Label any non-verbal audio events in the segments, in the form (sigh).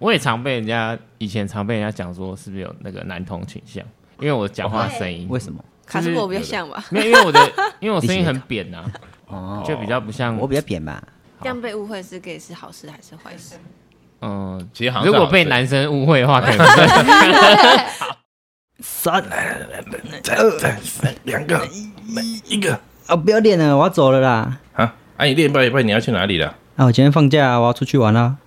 我也常被人家以前常被人家讲说是不是有那个男童倾向，因为我讲哦话声音，为什么？就卡是斯伯比较像吧？没有因为我的 (laughs) 因为我声音很扁呐、哦，就比较不像我比较扁吧，这样被误会是 gay 是好事还是坏事？嗯。其实好像如最果好被是男生误会的话，可能不是三哎两个一个啊，不要练了，我要走了啦。啊，啊你练半一半你要去哪里了？啊，我今天放假啊，我要出去玩啦。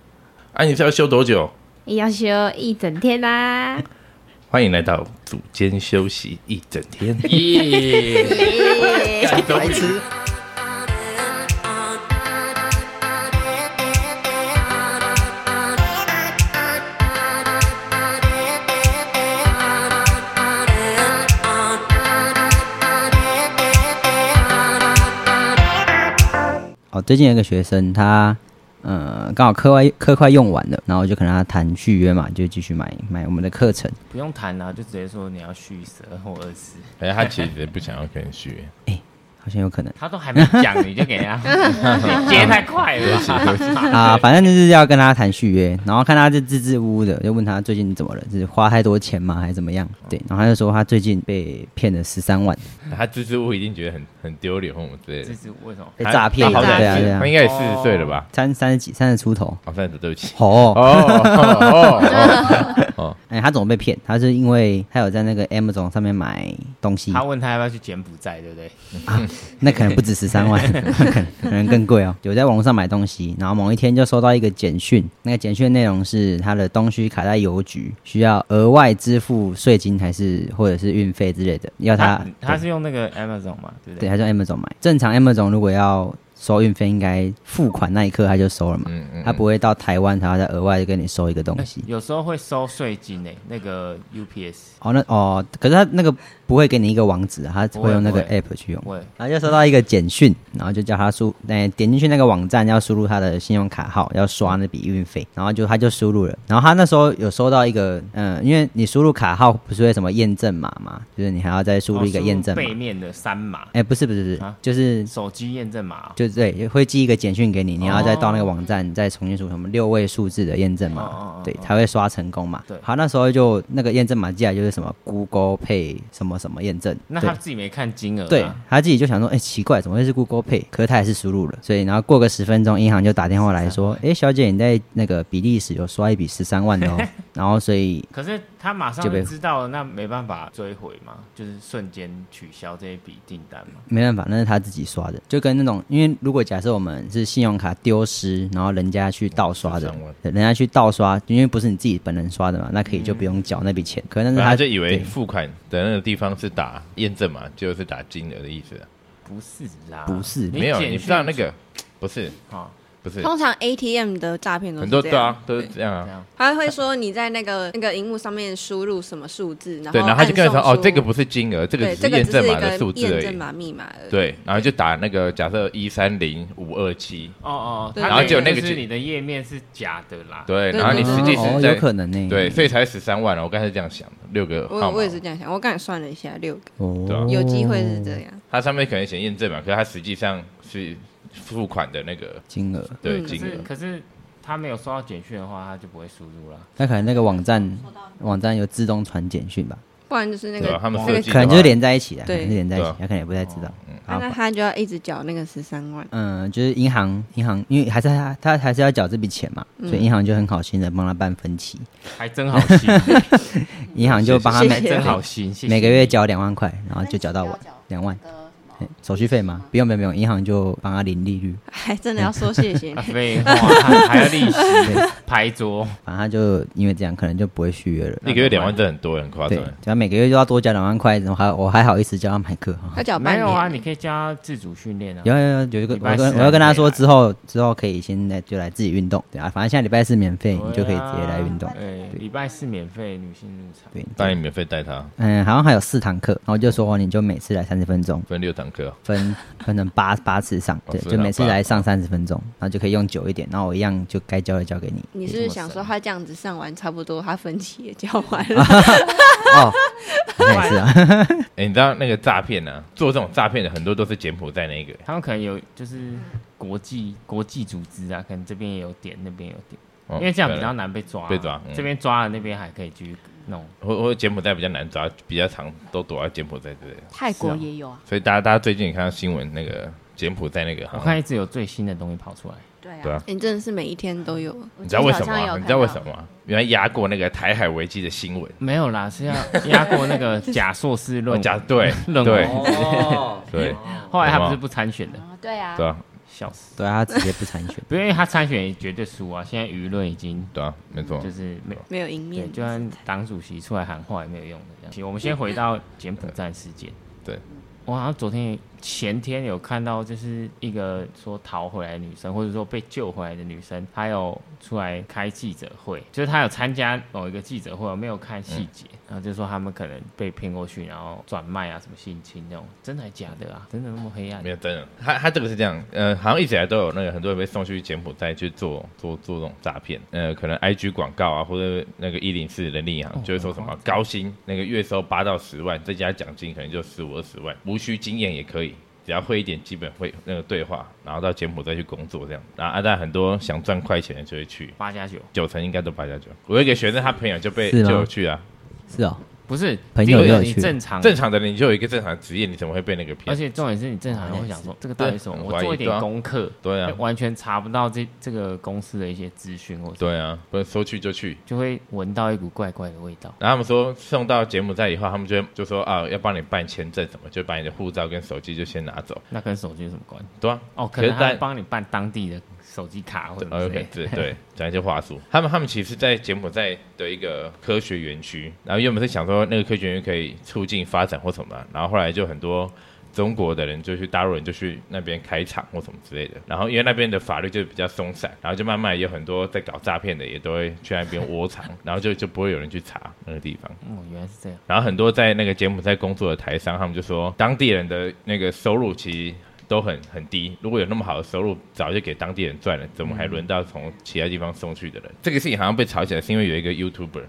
啊你是要休多久？要休一整天啦、啊 (laughs) 欢迎来到组间休息一整天。咦，白痴，哦，最近有一个学生，他呃刚好课外课快用完了，然后我就跟他谈续约嘛，就继续买买我们的课程。 (laughs) 不用谈啦、啊就直接说你要续十二或二十， (laughs) 哎，他其实不想要跟你续，好像有可能他都还没讲你就给 (laughs) 他，你接太快了吧？啊，反正就是要跟他谈续约，然后看他是支支吾吾的，就问他最近怎么了，是花太多钱吗，还是怎么样？对，然后他就说他最近被骗了十三万，他支支吾吾一定觉得很很丢脸或什么之类这的。是为什么？被诈骗，他哎好对歹啊对是哎啊他，应该也四十岁了吧？三三十几，三十出头。好，三十对不起。哦，哦 (laughs) 哎，他怎么被骗？他是因为他有在那个 Amazon 上面买东西，他问他要不要去柬埔寨，对不对？那可能不止十 (laughs) 三万，可能可能更贵哦。有在网络上买东西，然后某一天就收到一个简讯，那个简讯的内容是他的东西卡在邮局，需要额外支付税金还是或者是运费之类的，要啊他他是用那个 Amazon 嘛，对不对？对，他是 Amazon 买。正常 Amazon 如果要收运费，应该付款那一刻他就收了嘛，嗯嗯他不会到台湾他要再额外跟你收一个东西。有时候会收税金诶、那个 UPS 哦，那哦，可是他那个不会给你一个网址啊，他不会会用那个不 app 去用。会然后就收到一个简讯，然后就叫他输，哎、点进去那个网站要输入他的信用卡号，要刷那笔运费，然后就他就输入了，然后他那时候有收到一个，嗯、因为你输入卡号不是会什么验证码嘛，就是你还要再输入一个验证哦码，输入背面的三码，哎、不是不是不是，啊就是手机验证码哦、就对，会寄一个简讯给哦你，你要再到那个网站再重新输什么六位数字的验证码，哦哦哦对，才会刷成功嘛。对好，那时候就那个验证码寄来就是什么 Google Pay 什么什么验证，那对他自己没看金额、啊，对他自己就想说，哎、奇怪，怎么会是 Google Pay？可是他还是输入了，所以然后过个十分钟，银行就打电话来说，哎、小姐，你在那个比利时有刷一笔十三万的 (laughs) 哦，然后所以可是他马上就就被知道了，那没办法追回嘛，就是瞬间取消这一笔订单嘛。没办法，那是他自己刷的，就跟那种，因为如果假设我们是信用卡丢失，然后人家去盗刷的13万，对人家去盗刷，因为不是你自己本人刷的嘛，那可以就不用缴那笔钱。可能哦，是嗯他就以为对付款的那个地方是打验证码，就是打金额的意思啊。不是啦，不是没有，简你讯不知道那个不是啊，不是哦通常 ATM 的诈骗都很是多这对样啊，，都是这样啊。他会说你在那个那个荧幕上面输入什么数字，然后对，然后他就跟你你说哦，这个不是金额，这个对，只这是个验只是证一码的数个字而验证已。码密码而已。对，然后就打那个假设一三零五二七，哦哦，对他然后给结果的那个是就你的页面是假的啦。对，对然后你对实际哦，是有在可能呢、对，，所以才十三万了。我刚才这样想的，六个号我码我也是这样想，我刚才算了一下，六个对啊哦，有机会是这样。它上面可能写验证嘛，可是它实际上是付款的那个金额，对嗯可金是额。可是他没有收到简讯的话，他就不会输入了。那可能那个网站网站有自动传简讯吧，不然就是那对吧？个，他们那设个计可的能就是话，连在一起的，可对能是连在一起啊对啊，他可能也不太知道。嗯，啊好那吧他就要一直缴那个十三万。 (laughs) 嗯，就是银行，银行，因为还是他，他还是要缴这笔钱嘛，嗯所以银行就很好心的帮他办分期，还真好心，银行就帮他谢每谢真好心，谢谢每个月缴两万块，然后就缴到我两万，嘿手续费吗？不用不用不用，银行就帮他零利率，还哎真的要说谢 (laughs) 谢啊你，废话，还还要利息拍桌，反正他就因为这样，可能就不会续约了。一个月两万，这很多，很夸对张。，只要每个月就要多交两万块，然后还我还好意思叫他买课哈。要缴半没有啊，年。你可以加自主训练啊。有有有有一个，礼拜我四跟还我要跟他说没来之后之后可以先来就来自己运动，对啊，反正现在礼拜四免费，对啊你就可以直接来运动。哎，礼拜四免费女性入场，对，当然免费带他，嗯，好像还有四堂课，然后就说哦你就每次来三十分钟，分六堂课。分分成八八次上，哦对，是啊就每次八来上三十分钟，然后就可以用久一点，然后我一样就该交的交给你。你是不是想说他这样子上完差不多，他分期也交完 (laughs) 了？哦，那也是啊，哎，你知道那个诈骗呢？做这种诈骗的很多都是柬埔寨那个，他们可能有就是国际国际组织啊，可能这边也有点，那边也有点，哦因为这样比对较难被抓，啊被抓嗯哦这边抓了那边还可以继续弄。或或者柬埔寨比较难抓，比较常都躲在柬埔寨之类的。泰国也有啊，所以大家大家最近也看到新闻，那个柬埔寨那个，我好像看一直有最新的东西跑出来，对对啊啊，你哎真的是每一天都有，我你知道为什么今天早上有吗？看你知道为什到？么吗？原来压过那个台海危机的新闻，没有啦，是 (laughs) 要压过那个假硕士论我文，假 (laughs) 对论对文。哦，对后来他不是不参选的，哦对啊，对啊笑死！对啊，他直接不参选。不因为他参选也绝对输啊，现在舆论已经对啊，没错就。是没。没有赢对，面就。算党主席出来喊话也没有用的这样。行我们先回到柬埔寨事件。对，我好像昨天前天有看到，就是一个说逃回来的女生，或者说被救回来的女生，她有出来开记者会，就是她有参加某一个记者会，我没有看细节，然后就说他们可能被骗过去，然后转卖啊，什么性侵那种，真的还假的啊？真的那么黑暗没？有真的，他他这个是这样，呃，好像一直以来都有那个很多人被送去柬埔寨去做做做这种诈骗，呃，可能 IG 广告啊，或者那个一零四人力银哦行就会说什么高薪，那个月收八到十万，再加奖金可能就十五二十万，无需经验也可以。只要会一点基本会那个对话，然后到柬埔寨去工作这样，然后啊，但很多想赚快钱的就会去，八加九九成应该都八加九。我有一个学生，他朋友就被是就吗有去啊，是哦，不是朋友第一个也有你去正常正常的人你就有一个正常的职业，你怎么会被那个嗯骗而？且重点是你正常人会想说，这个到底是什么？对我做一很怀疑对点啊功课，对啊完全查不到这这个公司的一些资讯，或者对啊，不是说去就去。就会闻到一股怪怪的味道。然后他们说送到柬埔寨以后，他们就会就说啊，要帮你办签证什么，就把你的护照跟手机就先拿走，那跟手机有什么关系？对啊，哦，可是能他在帮你办当地的手机卡或者呃之类，OK，的对对，讲一些话术。他们他们其实，在柬埔寨的一个科学园区，然后原本是想说那个科学园区可以促进发展或什么的，然后后来就很多中国的人就去大陆人就去那边开厂或什么之类的，然后因为那边的法律就比较松散，然后就慢慢有很多在搞诈骗的也都会去那边窝藏，然后就就不会有人去查那个地方。哦，原来是这样。然后很多在那个柬埔寨工作的台商，他们就说当地人的那个收入其实都很很低，如果有那么好的收入，早就给当地人赚了，怎么还轮到从其他地方送去的人？这个事情好像被炒起来，是因为有一个 YouTuber，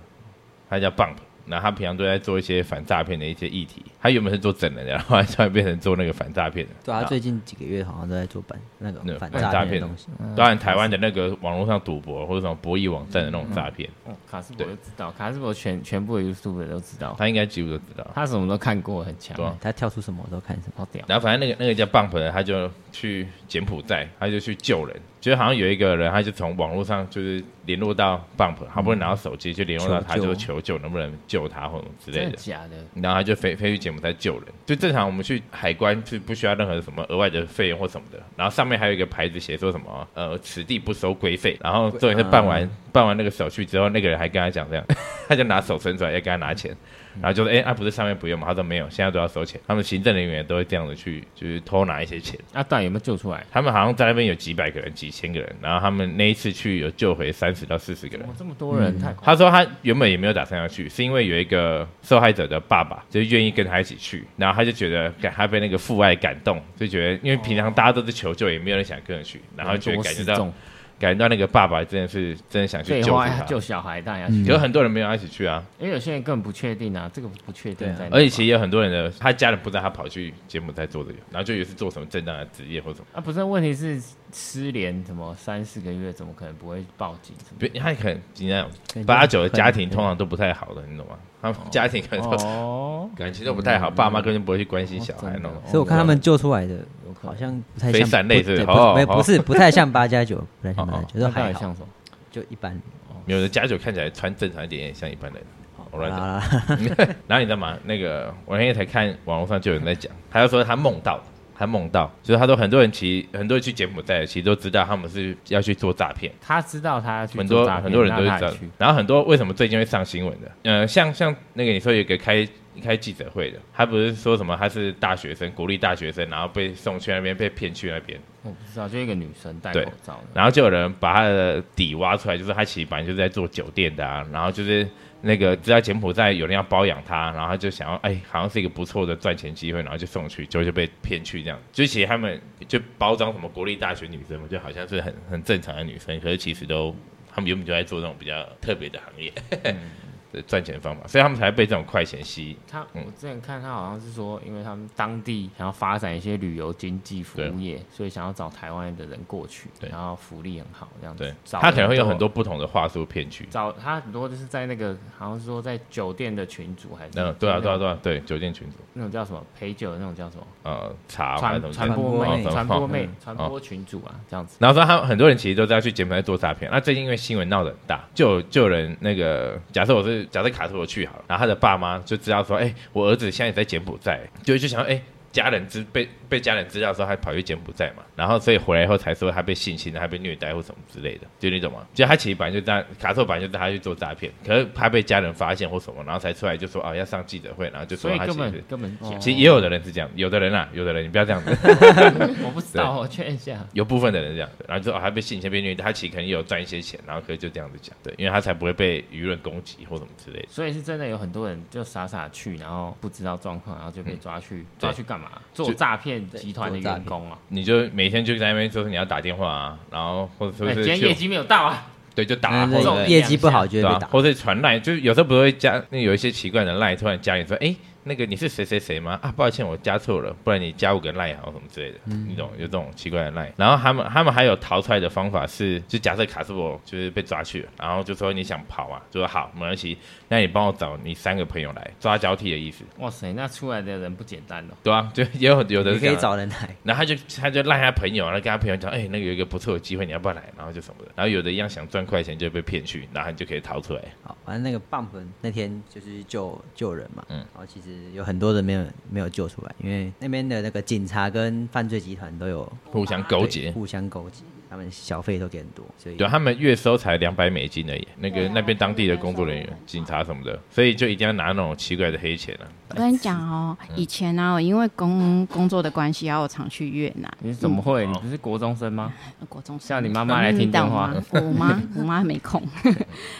他叫 Bump。然后他平常都在做一些反诈骗的一些议题，他原本是做整人的，然后他突然变成做那个反诈骗的。对啊，最近几个月好像都在做反那那个个反反诈诈骗骗的东西。嗯当然台湾的那个网络上赌博或者什么博弈网站的那种诈骗，嗯哦，卡斯伯就知道，卡斯伯全全部的 YouTube 都知道，他应该几乎都知道。他什么都看过，很强对，啊他跳出什么我都看什么。好屌。然后反正那个那个叫 Bump 的，他就去柬埔寨，他就去救人，就是好像有一个人，他就从网络上就是联络到 Bump，好不容易拿到手机就联络到他，求救就求救能不能救他或者什么之类真的的。假的？然后他就飞飞去柬埔寨救人，就正常我们去海关是不需要任何什么额外的费用或什么的。然后上面还有一个牌子写说什么呃此地不收规费。然后重点是办完、办完那个手续之后，那个人还跟他讲这样， (laughs) 他就拿手伸出来要跟他拿钱，然后就说哎、啊不是上面不用吗？他说没有，现在都要收钱。他们行政人员都会这样子去就是偷拿一些钱。那到底啊有没有救出来？他们好像在那边有几百个人、几千个人，然后他们那一次去有救回三十到四十个人哇，。这么多人，太他说他原本也没有打算要去，是因为有一个受害者的爸爸就是愿意跟他一起去，然后他就觉得感他被那个父爱感动，就觉得因为平常大家都是求救，也没有人想跟着去，然后觉得多感觉失到重，感觉到那个爸爸真的是真的想去废救助话他，嗯救小孩当然要去可是很多人没有要一起去啊，嗯因为有些人根本不确定啊，这个不确定在哪。而且其实也有很多人的他家人不知道他跑去柬埔寨做这个，然后就以为是做什么正当的职业或什么。啊，不是，问题是失联什么三四个月，怎么可能不会报警？什么不，他可能你那种能八九的家庭通常都不太好的，你懂吗？他们家庭可能都哦，感情都不太好，爸妈根本就不会去关心小孩那真的种。哦所以我看他们救出来的，好像不太非像散类是不是对哦不没有哦不是不太像八加九，不太像八加九，那就到还底好，像什么？就一般。没有的家酒看起来穿正常一点，也像一般人。我好乱讲。啦，然后你知道吗？ (laughs) 那个我那天才看网络上就有人在讲，他就说他梦到，他梦到，就是他说很多人其实很多人去柬埔寨，其实都知道他们是要去做诈骗。他知道他要去很做多诈骗很多人都是那这他也样去，。然后很多为什么最近会上新闻的？呃，像像那个你说有一个开开记者会的，他不是说什么他是大学生，国立大学生，然后被送去那边被骗去那边，我不知道，就一个女生戴对嗯口罩的，然后就有人把他的底挖出来，就是他其实本来就是在做酒店的啊，然后就是那个知道柬埔寨有人要包养他，然后他就想要哎，好像是一个不错的赚钱机会，然后就送去，结果就被骗去这样。就其实他们就包装什么国立大学女生嘛，就好像是很很正常的女生，可是其实都他们原本就在做那种比较特别的行业。的嗯赚钱方法，所以他们才被这种快钱吸引。他，我嗯之前看他好像是说，因为他们当地想要发展一些旅游经济服务业，所以想要找台湾的人过去，对然后福利很好，这样子。对，找他可能会有人很多不同的话术骗取。找他很多就是在那个好像是说在酒店的群组还是嗯，对啊，对啊，那种对啊，对酒店群组，那种叫什么陪酒的那种叫什么呃，茶还是什传么传播播妹妹传播妹嗯传哦播群组啊这样子。然后说他们很多人其实都是要去柬埔寨做诈骗。那最近因为新闻闹得很大，就有就有人那个假设我是假设卡斯我去好了，然后他的爸妈就知道说，哎、我儿子现在也在柬埔寨，就就想说哎。家人知被被家人知道说他跑去柬埔寨嘛，然后所以回来以后才说他被性侵，他被虐待或什么之类的，就你懂吗？就他其实本来就在卡特本来就带他去做诈骗，可是他被家人发现或什么，然后才出来就说啊要上记者会，然后就说所以他其根实是本根本假其实也有的人是这样，有的人啊，有的人你不要这样子，我不知道，哦我劝一下。有部分的人这样，然后就说哦，他被性侵被虐待，他其实可能也有赚一些钱，然后可以就这样子讲，对，因为他才不会被舆论攻击或什么之类的。所以是真的有很多人就傻傻去，然后不知道状况，然后就被抓去、抓去干嘛？做诈骗集团的员工啊！你就每天就在那边说你要打电话啊，然后或者哎说今是天去业绩没有到啊！对就 (laughs) 打，嗯或者重对业绩不好就对会被啊打，，或者传赖，就是有时候不会加，那有一些奇怪的赖突然加你说，哎、那个你是谁谁谁吗？啊，抱歉，我加错了，不然你加五个赖好什么之类的，嗯你懂？有这种奇怪的赖。然后他们他们还有逃出来的方法是，就假设卡斯伯就是被抓去了，然后就说你想跑啊，就说好，没关系，那你帮我找你三个朋友来抓交替的意思，哇塞，那出来的人不简单哦！对啊，就也有有的你是可以这样啊找人来。然后他就他就赖他朋友，然后跟他朋友讲，哎、那个有一个不错的机会，你要不要来？然后就什么的，然后有的一样想赚快钱就被骗去，然后你就可以逃出来。好，反正那个 bump 那天就是救救人嘛，嗯嗯，然后其实有很多人没有没有救出来，因为那边的那个警察跟犯罪集团都有互相勾对结，互相勾结，他们小费都给很多，所以对，他啊们月收才两百美金而已。那个对啊那边当地的工作人啊员、警察什么的，所以就一定要拿那种奇怪的黑钱啊。我跟你讲哦，嗯以前呢、我因为工工作的关系啊，我常去越南。你怎么会？你不是国中生吗？呃国中叫你妈妈来听到电话。我妈，我妈没空。 (laughs)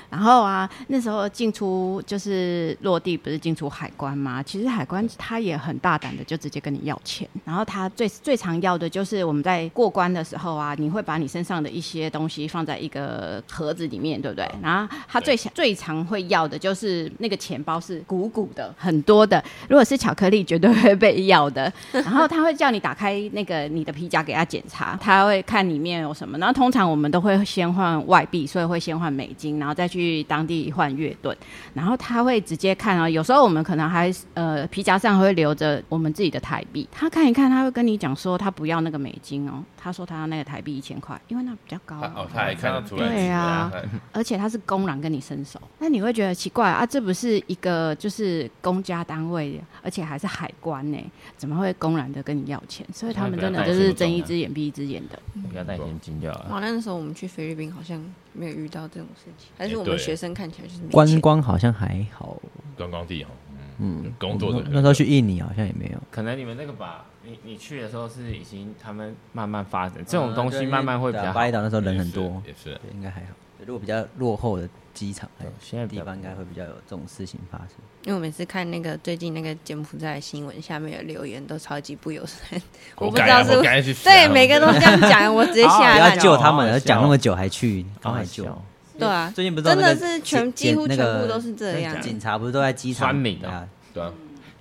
然后啊，那时候进出就是落地，不是进出海关吗？其实海关他也很大胆的，就直接跟你要钱。然后他最最常要的就是我们在过关的时候啊，你会把你身上的一些东西放在一个盒子里面，对不对？然后他最想最常会要的就是那个钱包是鼓鼓的，很多的。如果是巧克力，绝对会被要的。然后他会叫你打开那个你的皮夹给他检查，他会看里面有什么。然后通常我们都会先换外币，所以会先换美金，然后再去当地换月盾。然后他会直接看啊，有时候我们可能还呃皮夹上会留着我们自己的台币，他看一看，他会跟你讲说他不要那个美金哦，他说他要那个台币一千块，因为那比较高、啊他哦，他还看得出来。对啊是吧，而且他是公然跟你伸手，那你会觉得奇怪啊？这不是一个就是公家单位，而且还是海关呢、欸怎么会公然的跟你要钱？所以他们真的就是睁一只眼闭一只眼的。不要戴眼镜就好了。哇，那时候我们去菲律宾好像没有遇到这种事情，还是我哎们对学生看起来就是没观钱光好像还好， (laughs) 观光地哈，哦嗯，工作的那那时候去印尼好像也没有，可能你们那个吧，你你去的时候是已经他们慢慢发展，这种东西慢慢会比较对啊好巴。厘岛那时候人很多，也是。也是对，应该还好。对如果比较落后的机场，哎现在比地较方应该会比较有这种事情发生。因为我每次看那个最近那个柬埔寨的新闻，下面有留言都超级不友善，我活不知该道啊，是活该去死啊。 (laughs) 对每个都这样讲，我直接好吓不好啊要烂好救 (laughs) 好他们好了，讲笑那么久还去，好赶快好救！笑对啊，最近不是有真那个的是检全几乎检那全个部都是这样，啊警察不是都在机场啊酸民哦啊？对啊，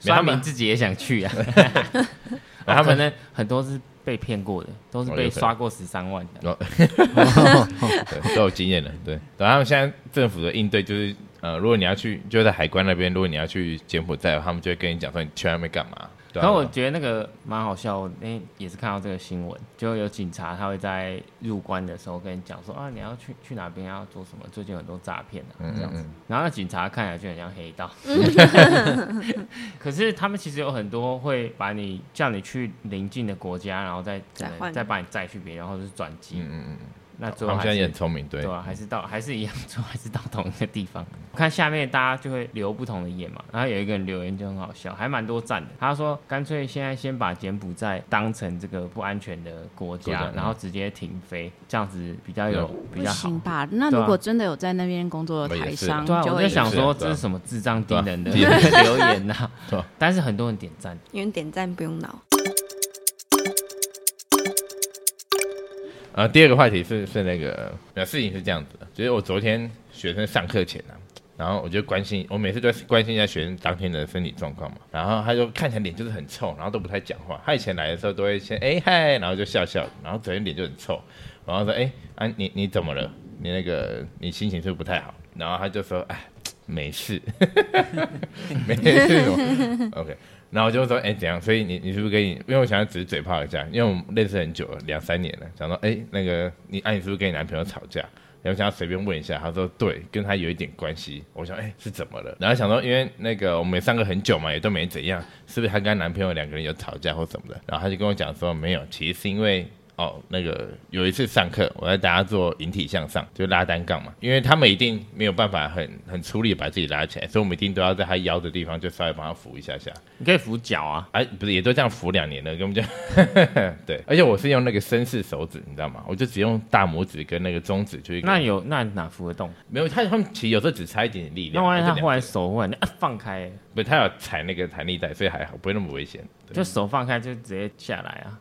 没有他他们们自己也想去 (laughs) 啊，然他后他们们呢很多是被骗过的，都是哦被有可能刷过十三万的。对都有经验了，对。然后他们现在政府的应对就是，呃，如果你要去，就在海关那边，如果你要去柬埔寨，他们就会跟你讲说你去那边干嘛。对啊然后我觉得那个蛮好笑，我那天也是看到这个新闻，就有警察他会在入关的时候跟你讲说啊，你要去去哪边要做什么，最近有很多诈骗啊嗯这样嗯子嗯。然后那警察看起来就很像黑 (laughs) 道，可是他们其实有很多会把你叫你去邻近的国家，然后再可再能换再把你载去别人，然后就是转机。嗯嗯嗯，那他最后们还现在也是很聪明，对对。啊，还是到还是一样， (laughs) 最后还是到同一个地方。我看下面大家就会留不同的言嘛，然后有一个人留言就很好笑，还蛮多赞的。他说，干脆现在先把柬埔寨当成这个不安全的国家，国家嗯然后直接停飞，这样子比较有比不较好行。吧？那如果真的有在那边工作的台商，对啊，就我会在有想说对这啊是什么智障盯人 (laughs) 的对啊留言呐 (laughs) 对啊，但是很多人点赞。因为点赞不用脑。 (laughs) 呃，第二个话题是是那个，呃，事情是这样子的，就是我昨天学生上课前啊，然后我就关心，我每次都是关心一下学生当天的身体状况嘛。然后他就看起来脸就是很臭，然后都不太讲话。他以前来的时候都会先哎嗨，然后就笑笑，然后昨天脸就很臭，然后说哎啊你你怎么了？你那个你心情是不是不太好？然后他就说哎没事， (laughs) 没事我，OK。然后我就说，哎、怎样？所以你你是不是跟你？因为我想要只是嘴炮一下，因为我们认识很久了，两三年了。想说，哎、那个你，啊，你是不是跟你男朋友吵架？然后想要随便问一下，他说对，跟他有一点关系。我想，哎、是怎么了？然后想说，因为那个我们也上课很久嘛，也都没怎样，是不是她跟她男朋友两个人有吵架或什么的？然后他就跟我讲说，没有，其实是因为哦，那个有一次上课，我在大家做引体向上，就拉单杠嘛，因为他们一定没有办法很很出力把自己拉起来，所以我们一定都要在他腰的地方就稍微帮他扶一下下。你可以扶脚啊，哎、不是，也都这样扶两年了，根本 (laughs) 就对。而且我是用那个绅士手指，你知道吗？我就只用大拇指跟那个中指去。那有那哪扶得动？没有他，他们其实有时候只差一点点力那量。万一他就两忽然手忽然、啊、放开，不，他有踩那个弹力带，所以还好，不会那么危险。就手放开就直接下来啊。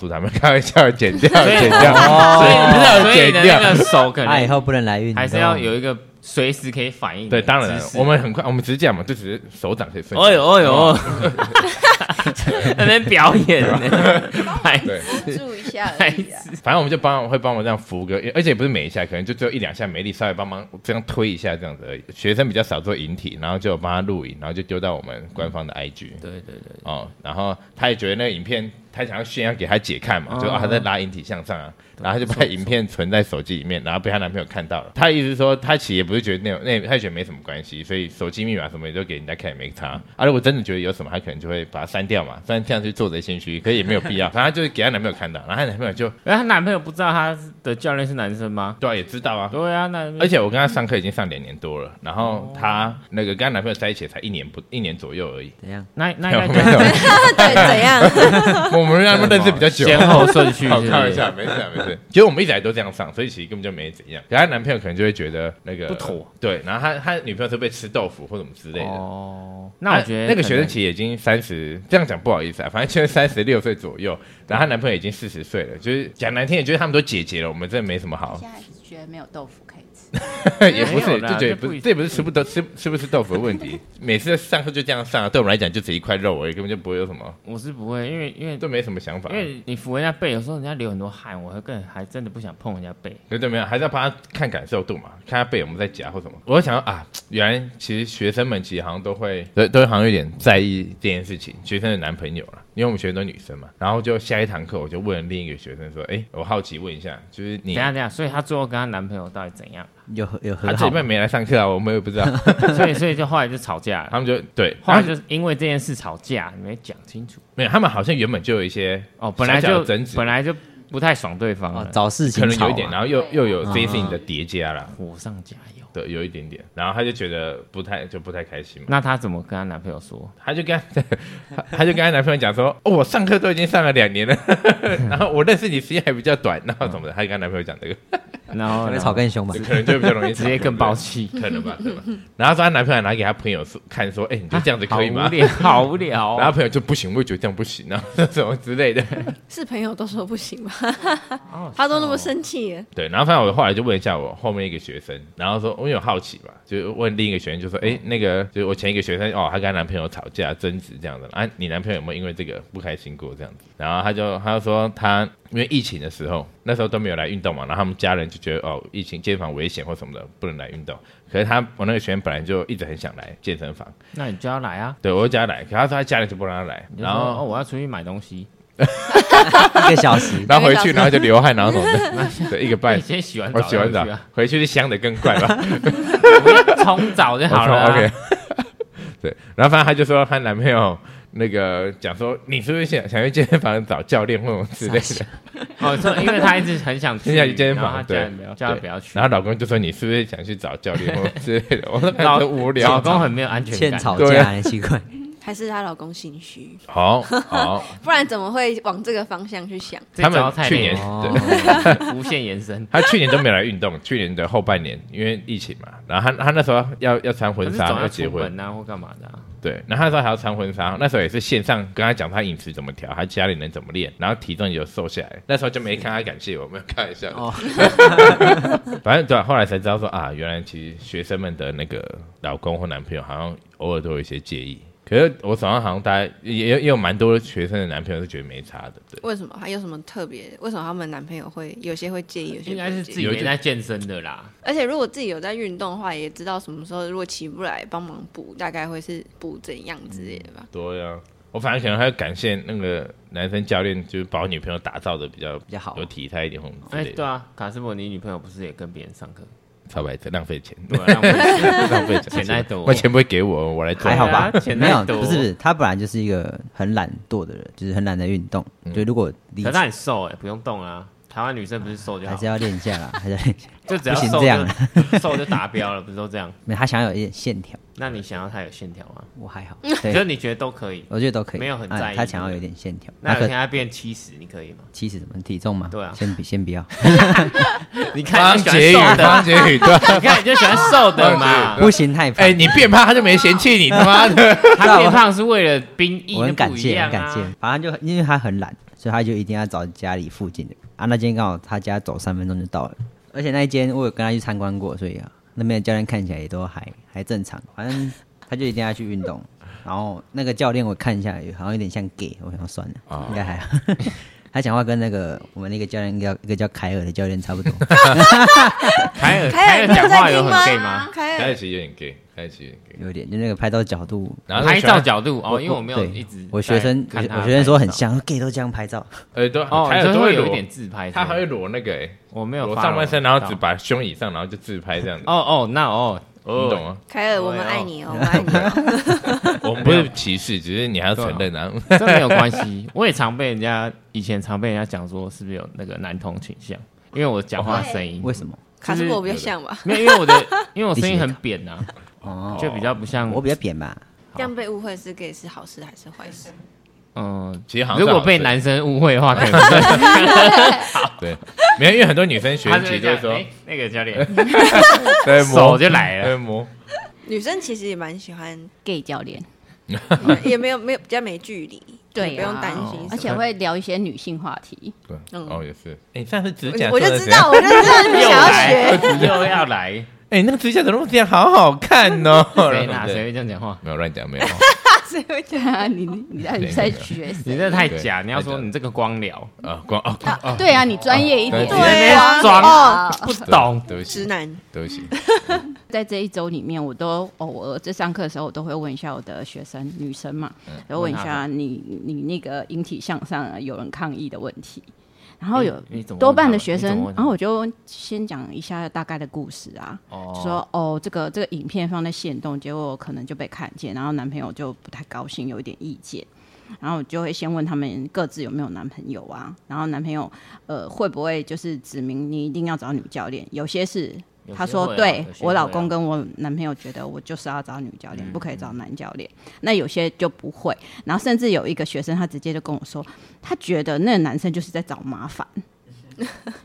祝他们开玩笑，剪掉， (laughs) 所以剪掉，所以不是，所以剪你的哦掉。那个手可啊他以能后不能来运动，还是要有一个随时可以反应的对， (laughs) 当然姿了势我们很快，我们只是这样嘛，就只是手掌可以分开。哦呦哦呦哦， (laughs) 在那边表演呢，白 (laughs) 对，注一下而白 (laughs) 已啊。痴。反正我们就帮会帮我这样扶个，而且也不是每一下，可能就只有一两下没力，稍微帮忙这样推一下这样子而已。学生比较少做引体，然后就有帮他录影，然后就丢到我们官方的 IG。对对对，哦，然后他也觉得那个影片，他想要炫耀给他姐看嘛，就哦啊他在拉引体向上啊，然后他就把影片存在手机里面，然后被她男朋友看到了。他的意思是说，他其实也不是觉得那种那他也觉得没什么关系，所以手机密码什么也都给人家看也没差。啊，如果真的觉得有什么，他可能就会把它删掉嘛，虽然这样去做贼心虚，可是也没有必要。反正他就是给她男朋友看到，然后她男朋友就然后她男朋友不知道她的教练是男生吗？对啊也知道啊，对啊，那而且我跟她上课已经上两年多了，然后哦她那个跟她男朋友在一起才一年不一年左右而已，怎样？那那没有应没 (laughs) 该有。对，怎样？ (laughs) 我们让他们认识比较就 (laughs) 久，先后顺序， (laughs) 好，是不是开玩笑，没事啊没事。其实我们一直以来都这样上，所以其实根本就没怎样。可她男朋友可能就会觉得那个不妥，对。然后他他女朋友是被吃豆腐或什么之类的。哦，那我觉得啊那个学可生能其实已经三十，这样讲不好意思啊，反正就是三十六岁左右，然后她男朋友已经四十岁了，就是讲难听点，就是他们都姐姐了，我们真的没什么好，现在觉得没有豆腐可以吃， (laughs) 也不没有是，啦就觉得这不不一是，这也不是吃不豆吃吃不吃豆腐的问题， (laughs) 每次上课就这样上，对我们来讲就只一块肉而已，根本就不会有什么，我是不会，因为因为都没什么想法因。为你扶人家背，有时候人家流很多汗，我会更还真的不想碰人家背。对对，没有，还是要帮他看感受度嘛，看他背有没有在夹或什么。我想到啊，原来其实学生们其实好像都会，都都好像有点在意这件事情，学生的男朋友啦，因为我们学生都女生嘛。然后就下一堂课，我就问另一个学生说：“哎，我好奇问一下，就是等你一下等一下，所以她最后跟她男朋友到底怎 (laughs) 样？有有他和这好礼拜没来上课啊？我们也不 (laughs) 知道。所以所以就后来就吵架 (laughs) 了，他们就对，后来就就是因为这件事吵架，你没讲清楚没有，他们好像原本就有一些哦，本来小小的就争执，本来就不太爽对方哦了，，找事情可能吵有一啊嘛点，然后又又有这件事嗯情的叠加啦，火上加油。对，有一点点。然后他就觉得不太就不太开心嘛。那她怎么跟她男朋友说？她就跟她 (laughs) 她她就跟她男朋友讲说，哦，我上课都已经上了两年了， (laughs) 然后我认识你时间还比较短，然后怎么的？她就跟她男朋友讲这个， (laughs) 然后可能然后吵更凶吧。可能就比较容易直接更暴暴，气，可能吧，对吧？然后她说她男朋友拿给她朋友说看说，哎，你 (laughs) 觉得这样子可以好吗无？聊，啊好无聊然后哦。她朋友就不行，我也觉得这样不行啊，什么之类的。是朋友都说不行吧？哦他都那么生气了，对，然后反正我后来就问一下我后面一个学生，然后说我有好奇嘛，就问另一个学生，就说，哎，那个就是我前一个学生哦，她跟她男朋友吵架争执这样的，啊，你男朋友有没有因为这个不开心过这样子？然后他就他就说他因为疫情的时候，那时候都没有来运动嘛，然后他们家人就觉得哦，疫情健身房危险或什么的，不能来运动。可是他我那个学生本来就一直很想来健身房，那你就要来啊，对我就叫他来，可他说他家人就不让他来，你就然说哦，后，我要出去买东西，一个小时 (laughs) 然后回去然后就流汗，然后什么的，对，一个半你。先洗完哎我澡，洗完澡再去啊，回去是香的更快吧。 (laughs) 冲澡就好了啊。我说 OK，对，然后反正她就说她男朋友那个讲说，你是不是想想去健身房找教练或什么之类的？ (laughs) 哦，说因为她一直很想 (laughs) 去很想去健身然后房她叫对你不要，叫她对不要去然。后老公就说你是不是想去找教练或什么之类的？我说 (laughs) 老很无聊，老公很没有安全欠感。吵对架，啊很奇怪。 (laughs) 还是她老公心虚，好 (laughs) 好，不然怎么会往这个方向去想？这招他们太去累年了无限延 (laughs) 伸。他去年都没有来运动，去年的后半年因为疫情嘛，然后他他那时候要要穿可婚是纱总要要结出婚，门啊，或干嘛的、啊？对，然后他那时候还要穿婚纱，那时候也是线上跟他讲他饮食怎么调，他家里人怎么练，然后体重也有瘦下来，那时候就没看他感谢我，没有开玩笑的，哦 (laughs) 反正对啊，后来才知道说啊，原来其实学生们的那个老公或男朋友好像偶尔都有一些介意。可是我手上好像大家也也也有蛮多学生的男朋友是觉得没差的，对。为什么？还有什么特别？为什么他们男朋友会有些会介意，有些应不该是介自意己没在健身的啦。而且如果自己有在运动的话，也知道什么时候如果起不来帮忙补，大概会是补怎样之类的吧。对呀、啊我反而可能还要感谢那个男生教练，就是把我女朋友打造的比较比较好有体态一点，或者之哎、类对的，啊，卡斯伯，你女朋友不是也跟别人上课？超白痴，浪费钱，对啊，浪费钱 (laughs) 浪费钱钱，太多 (laughs) 我钱不会给我，我来做还好吧对啊？钱没太有，多不是不是，他本来就是一个很懒惰的人，就是很懒得运动。所以如果离嗯可是她很瘦哎、不用动啊。台湾女生不是瘦就好还是，要练一下啦， (laughs) 还是要练一下。就只要不行瘦这样就 (laughs) 瘦就达标了，不是都这样？没有，他想要有一点线条，那你想要她有线条吗？(laughs) 我还好。就是对，你觉得都可以。我觉得都可以。没有很哎在意他想要有一点线条，那那有一可天她变七十，你可以吗？七十什么体重吗？对啊先比哦先不要， (laughs) 你看方你就喜杰宇，欢瘦方的，杰宇，对啊，你看你就喜欢瘦的嘛。不行太胖哎，。你变胖他就没嫌弃你，他妈的， (laughs) 他变胖是为了兵役，我很那感不一谢，样很啊感谢。反正就因为他很懒，所以他就一定要找家里附近的啊。那今天刚好他家走三分钟就到了，而且那一间我有跟他去参观过，所以啊，那边的教练看起来也都还还正常。反正他就一定要去运动。然后那个教练我看一下，好像有点像 gay，我想说算了，啊哦应该还好。 (laughs) 他讲话跟那个我们那个教练，一个一个叫凯尔的教练差 (laughs) 不多。凯尔，凯尔凯尔，你有讲话在有听很 gay 吗？凯开尔，始有点 gay，开始有点 gay，有点，就那个拍照角度。然后拍喜欢照角度哦，我因为我没有对一直我学生，在我看他我学生说很拍照像 gay 都这样拍照，呃，都哦，还有就都会会有一裸点，自拍，他还会裸那个，哎，我没有裸 follow 上半身，然后只到把胸以上，然后就自拍这样子，哦哦，那哦， (laughs) 你哦 (laughs) 懂？吗？凯尔，我们爱你哦，我们爱你 (laughs) 哦。我们不是歧视，只是你还要承认啊，这没有关系，我也常被人家以前常被人家讲说是不是有那个男童倾向，因为我讲话声音为什么？卡斯伯比较像吧，没有，因为我的因为我声音很扁呐，哦，就比较不像我比较扁吧。这样被误会是 gay 是好事还是坏事？嗯。其实好像如是果好被事男生误会的 (laughs) 话，可能是对，没有，因为很多女生学他生就其会实都讲会说 (laughs) 哎，那个教 (laughs) 练对手就来对了，摸， (laughs) 女生其实也蛮喜 (laughs) 欢， gay 教练，也没有没有比较没距离，对也不用啊担心什么。而且会聊一些女性话题。对，嗯哦也是，哎，上次指甲我就做得知怎样道，，我就知道你们呃 (laughs) 又想要学。来 (laughs) 又要来，哎，那个指甲怎么那么这样，好好看哦，谁哪 (laughs) 对谁会这样讲话？没有乱讲， (laughs) 没有，对啊，你你在你在学 (laughs) 你谁？这太对假！你要太假说了你这个光聊，啊，光哦，光哦，对啊，你专业一点。对啊啊装啊不懂，对不起直，男，对不起，在这一周里面，我都偶尔在上课的时候，我都会问一下我的学生，女生嘛，然后问一嗯问她下你你那个引体向上啊有人抗议的问题。然后你有你怎么问多半她的们学你怎么生问，然后她我就先讲一下大概的故事啊，哦就说哦，这个这个影片放在线动，结果可能就被看见，然后男朋友就不太高兴，有一点意见。然后我就会先问他们各自有没有男朋友啊，然后男朋友呃会不会就是指明你一定要找女教练？有些是有他些说会啊对有些我会老啊嗯公跟我男朋友觉得我就是要找女教练，不可以找男教练。那有些就不会，然后甚至有一个学生他直接就跟我说，他觉得那个男生就是在找麻 (laughs) 烦。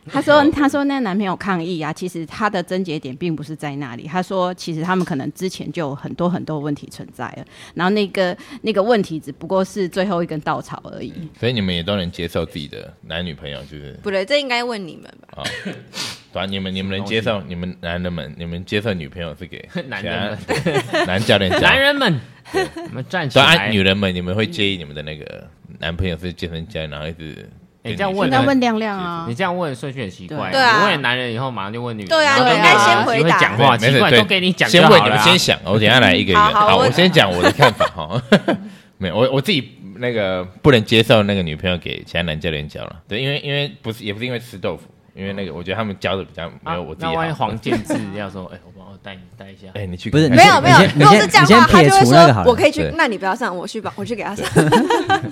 他说：“他说那个男朋友抗议啊，其实他的症结点并不是在那里。他说，其实他们可能之前就有很多很多问题存在了，然后那个那个问题只不过是最后一根稻草而已。所以你们也都能接受自己的男女朋友，就是不对，这应该问你们吧。对啊，你们你们能接受，你们男人们，你们接受女朋友是给 (laughs) (laughs) 男人们，男教练教，男人们，我们站起对啊，来。女人们，你们会介意你们的那个男朋友是健身教练，然后一直哎这样问跟你那那说问亮亮啊你，这样问顺序很奇怪，对啊你问了男人以后马上就问女人，对啊然后你应该女人先有回机会答讲话没啊奇事怪，对都给你讲就先好问了你们啊。先想，我等一下来一个一个。好好好，我我先讲我的看 (laughs) 法哈。 (laughs) 没有，我我自己那个不能接受那个女朋友给其他男教练教了，对，因为因为不是也不是因为吃豆腐，因为那个我觉得他们教的比较没哦啊有我自己那万一好。黄建志要说，哎，我帮我我带你带一下。哎，你去不是看你没看先有没有你，先如果是这你样的话，先他撇就会除那个好了说我可以去对，那你不要上，我去吧，我去给他上。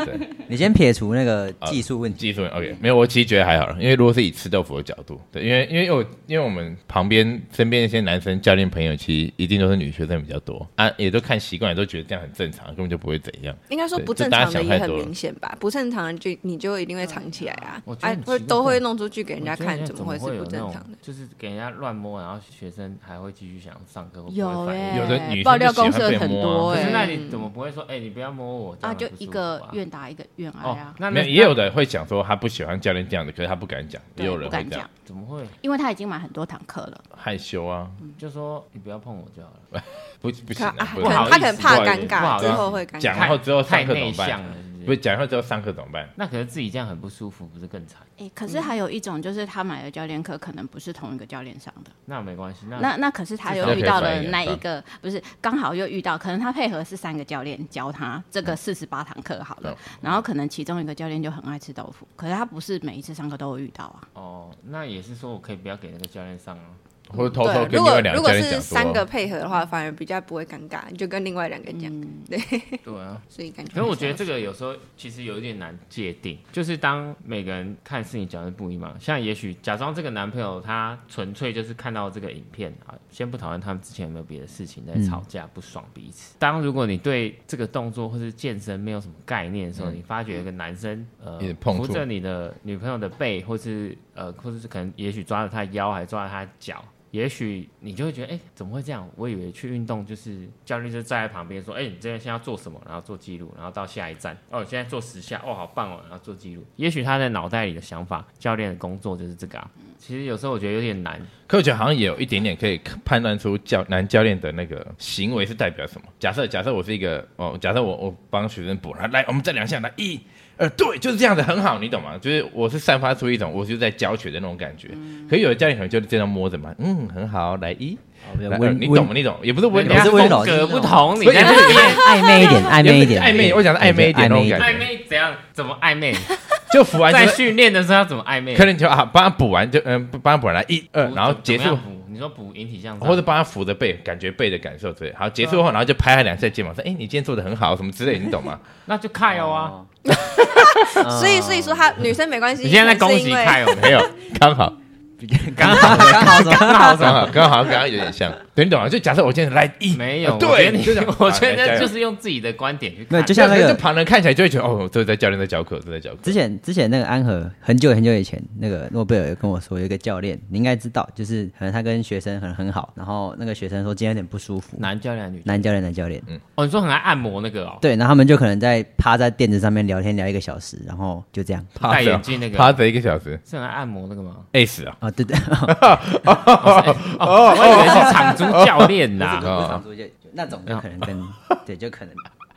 对你先撇除那个技术问题，技术问 OK，没有，我其实觉得还好，因为如果是以吃豆腐的角度，对，因为因为我因为我们旁边身边一些男生教练朋友，其实一定都是女学生比较多啊，也都看习惯，也都觉得这样很正常，根本就不会怎样。应该说对不这正大家常的想也太很多了明显吧，不正常的就你就一定会藏起来啊我，觉得哎很，奇会怪都会弄出去 (laughs) 给人家我觉得看，人怎家么会会是有不那正种常的？就是给人家乱摸，然后学生还会继续想上课，会不有会反哎、应有的女生爆料就喜欢公社被很摸啊多可哎、是那你怎么不会说，哎，你不要摸我？这啊，样就很不舒一服个吧愿打一个愿挨哦啊，，那没那有，也有的会讲说他不喜欢教练这样的，可是他不敢讲，也对有人不会敢这样讲，怎么会因为他已经买很多堂课了。害羞啊，就说你不要碰我就好了？不不行可啊，啊不可好意能他思可能怕不好不意思尴尬，好意之思后会尴讲尬。然后之后上太课怎内么向了办？，是不不是是？讲然后之后上课怎么办？那可是自己这样很不舒服，不是更惨？哎、可是还有一种就是他买的教练课可能不是同一个教练上的，那没关系，那那那可是他至又少遇可以到反了映那一下一个，不是刚好又遇到，可能他配合是三个教练教他这个四十八堂课好了，嗯然后可能其中一个教练就很爱吃豆腐，可是他不是每一次上课都会遇到啊。哦，那也是说我可以不要给那个教练上啊。或者偷偷跟对，如另果外两如个果教练是讲三个说，配合的话，反而比较不会尴尬，你就跟另外两个讲，对啊，所以感觉。嗯可是我觉得这个有时候其实有一点难界定，就是当每个人看事情角度不一嘛，像也许假装这个男朋友他纯粹就是看到这个影片啊，先不讨论他们之前有没有别的事情在吵架、不爽彼此。当如果你对这个动作或是健身没有什么概念的时候，你发觉一个男生呃有点碰触扶着你的女朋友的背，或是呃，或者是可能也许抓着她腰，还抓着她脚。也许你就会觉得，哎、怎么会这样？我以为去运动就是教练就站在旁边说，哎、你这边现在要做什么，然后做记录，然后到下一站，哦，你现在做十下，哦，好棒哦，然后做记录。也许他的脑袋里的想法，教练的工作就是这个啊。其实有时候我觉得有点难，可我觉得好像也有一点点可以判断出教男教练的那个行为是代表什么。假设假设我是一个哦，假设我我帮学生补，然后来我们再两下，来一。呃，对，就是这样子，很好，你懂吗？就是我是散发出一种我就在教学的那种感觉。可有的教练可能就是这样摸着嘛，嗯，很好，来一，来二，呃温你温 (laughs) 懂吗？你懂，也不是温柔，人家不是温柔风格是不同，你不是在那边 (laughs) 暧昧一点，哎暧昧一点，暧昧我想是哎暧昧一点那种感觉暧昧怎样？怎么暧昧？就扶完在之后，训练的时候要怎么暧昧？可能你就啊帮他补完就嗯帮他补完来一二，补然后怎结么束样补，你说补引体向上，或者帮他扶着背，感觉背的感受之类。好，结束嗯后，然后就拍他两下肩膀，说：“哎、你今天做的很好，什么之类，你懂吗那就揩油啊。 (laughs) 哦。所以所以说他啊女生没关系，你现在在可能攻是击因为揩油？没 (laughs) 有，刚好，刚好 (laughs) 刚好什么？刚好，刚好，刚刚有点像，对，你懂吗？就假设我今天来一，没有，啊我觉对，得就这你样我觉得就。啊来加油是用自己的观点去没有，看，就像那对个就旁人看起来就会觉得哦，这在教练在教课，这在教课。之前之前那个安和很久很久以前，那个诺贝尔有跟我说，有一个教练你应该知道，就是可能他跟学生很很好，然后那个学生说今天有点不舒服，男教练女教练男教练男教练，嗯哦，你说很爱按摩那个哦，对，然后他们就可能在趴在垫子上面聊天聊一个小时，然后就这样趴戴着眼镜那个啊趴着一个小时是很爱按摩那个吗？ ，A 死啊！啊，对 (laughs) 对，哦，我以为是场租教练那呐。个不常出现，就那种就可能 (laughs) 跟对就可能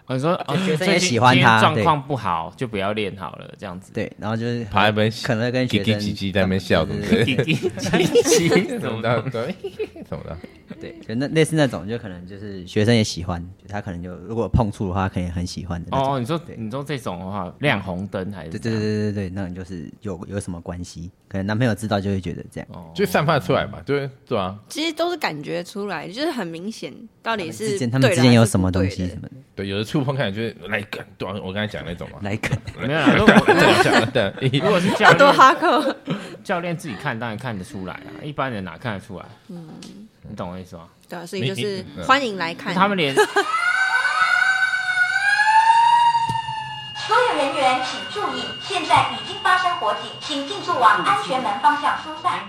哦你说哦学生最也近喜欢今天他状对况不好就不要练好了，这样子。对，然后就是趴在那边可能跟叽学叽生叽叽在那边笑什么之类滴滴滴滴的，怎什么么的的？，对，什哎么的。对，就那类似那种，就可能就是学生也喜欢，就他可能就如果碰触的话，可能也很喜欢的那种。哦，你说你说这种的话，亮红灯还是对怎对样？对对对对，那种就是有有什么关系，可能男朋友知道就会觉得这样。哦就散发出来吧，对对啊，其实都是感觉出来，就是很明显，到啊底是之间他们之间有什么东西什么的，对，有的触碰看起来就是来干，对啊，我刚才讲那种嘛，来看没有啦，如果 (laughs) 对啊讲的，一 (laughs) 如果是教多练，哈扣。 (laughs) 教练自己看当然看得出来啊，一般人哪看得出来？嗯，你懂我意思吗？对啊，所以就你是你欢迎来看。他们连所有人员请注意，现在已经发生火警，请尽速往安全门方向疏散。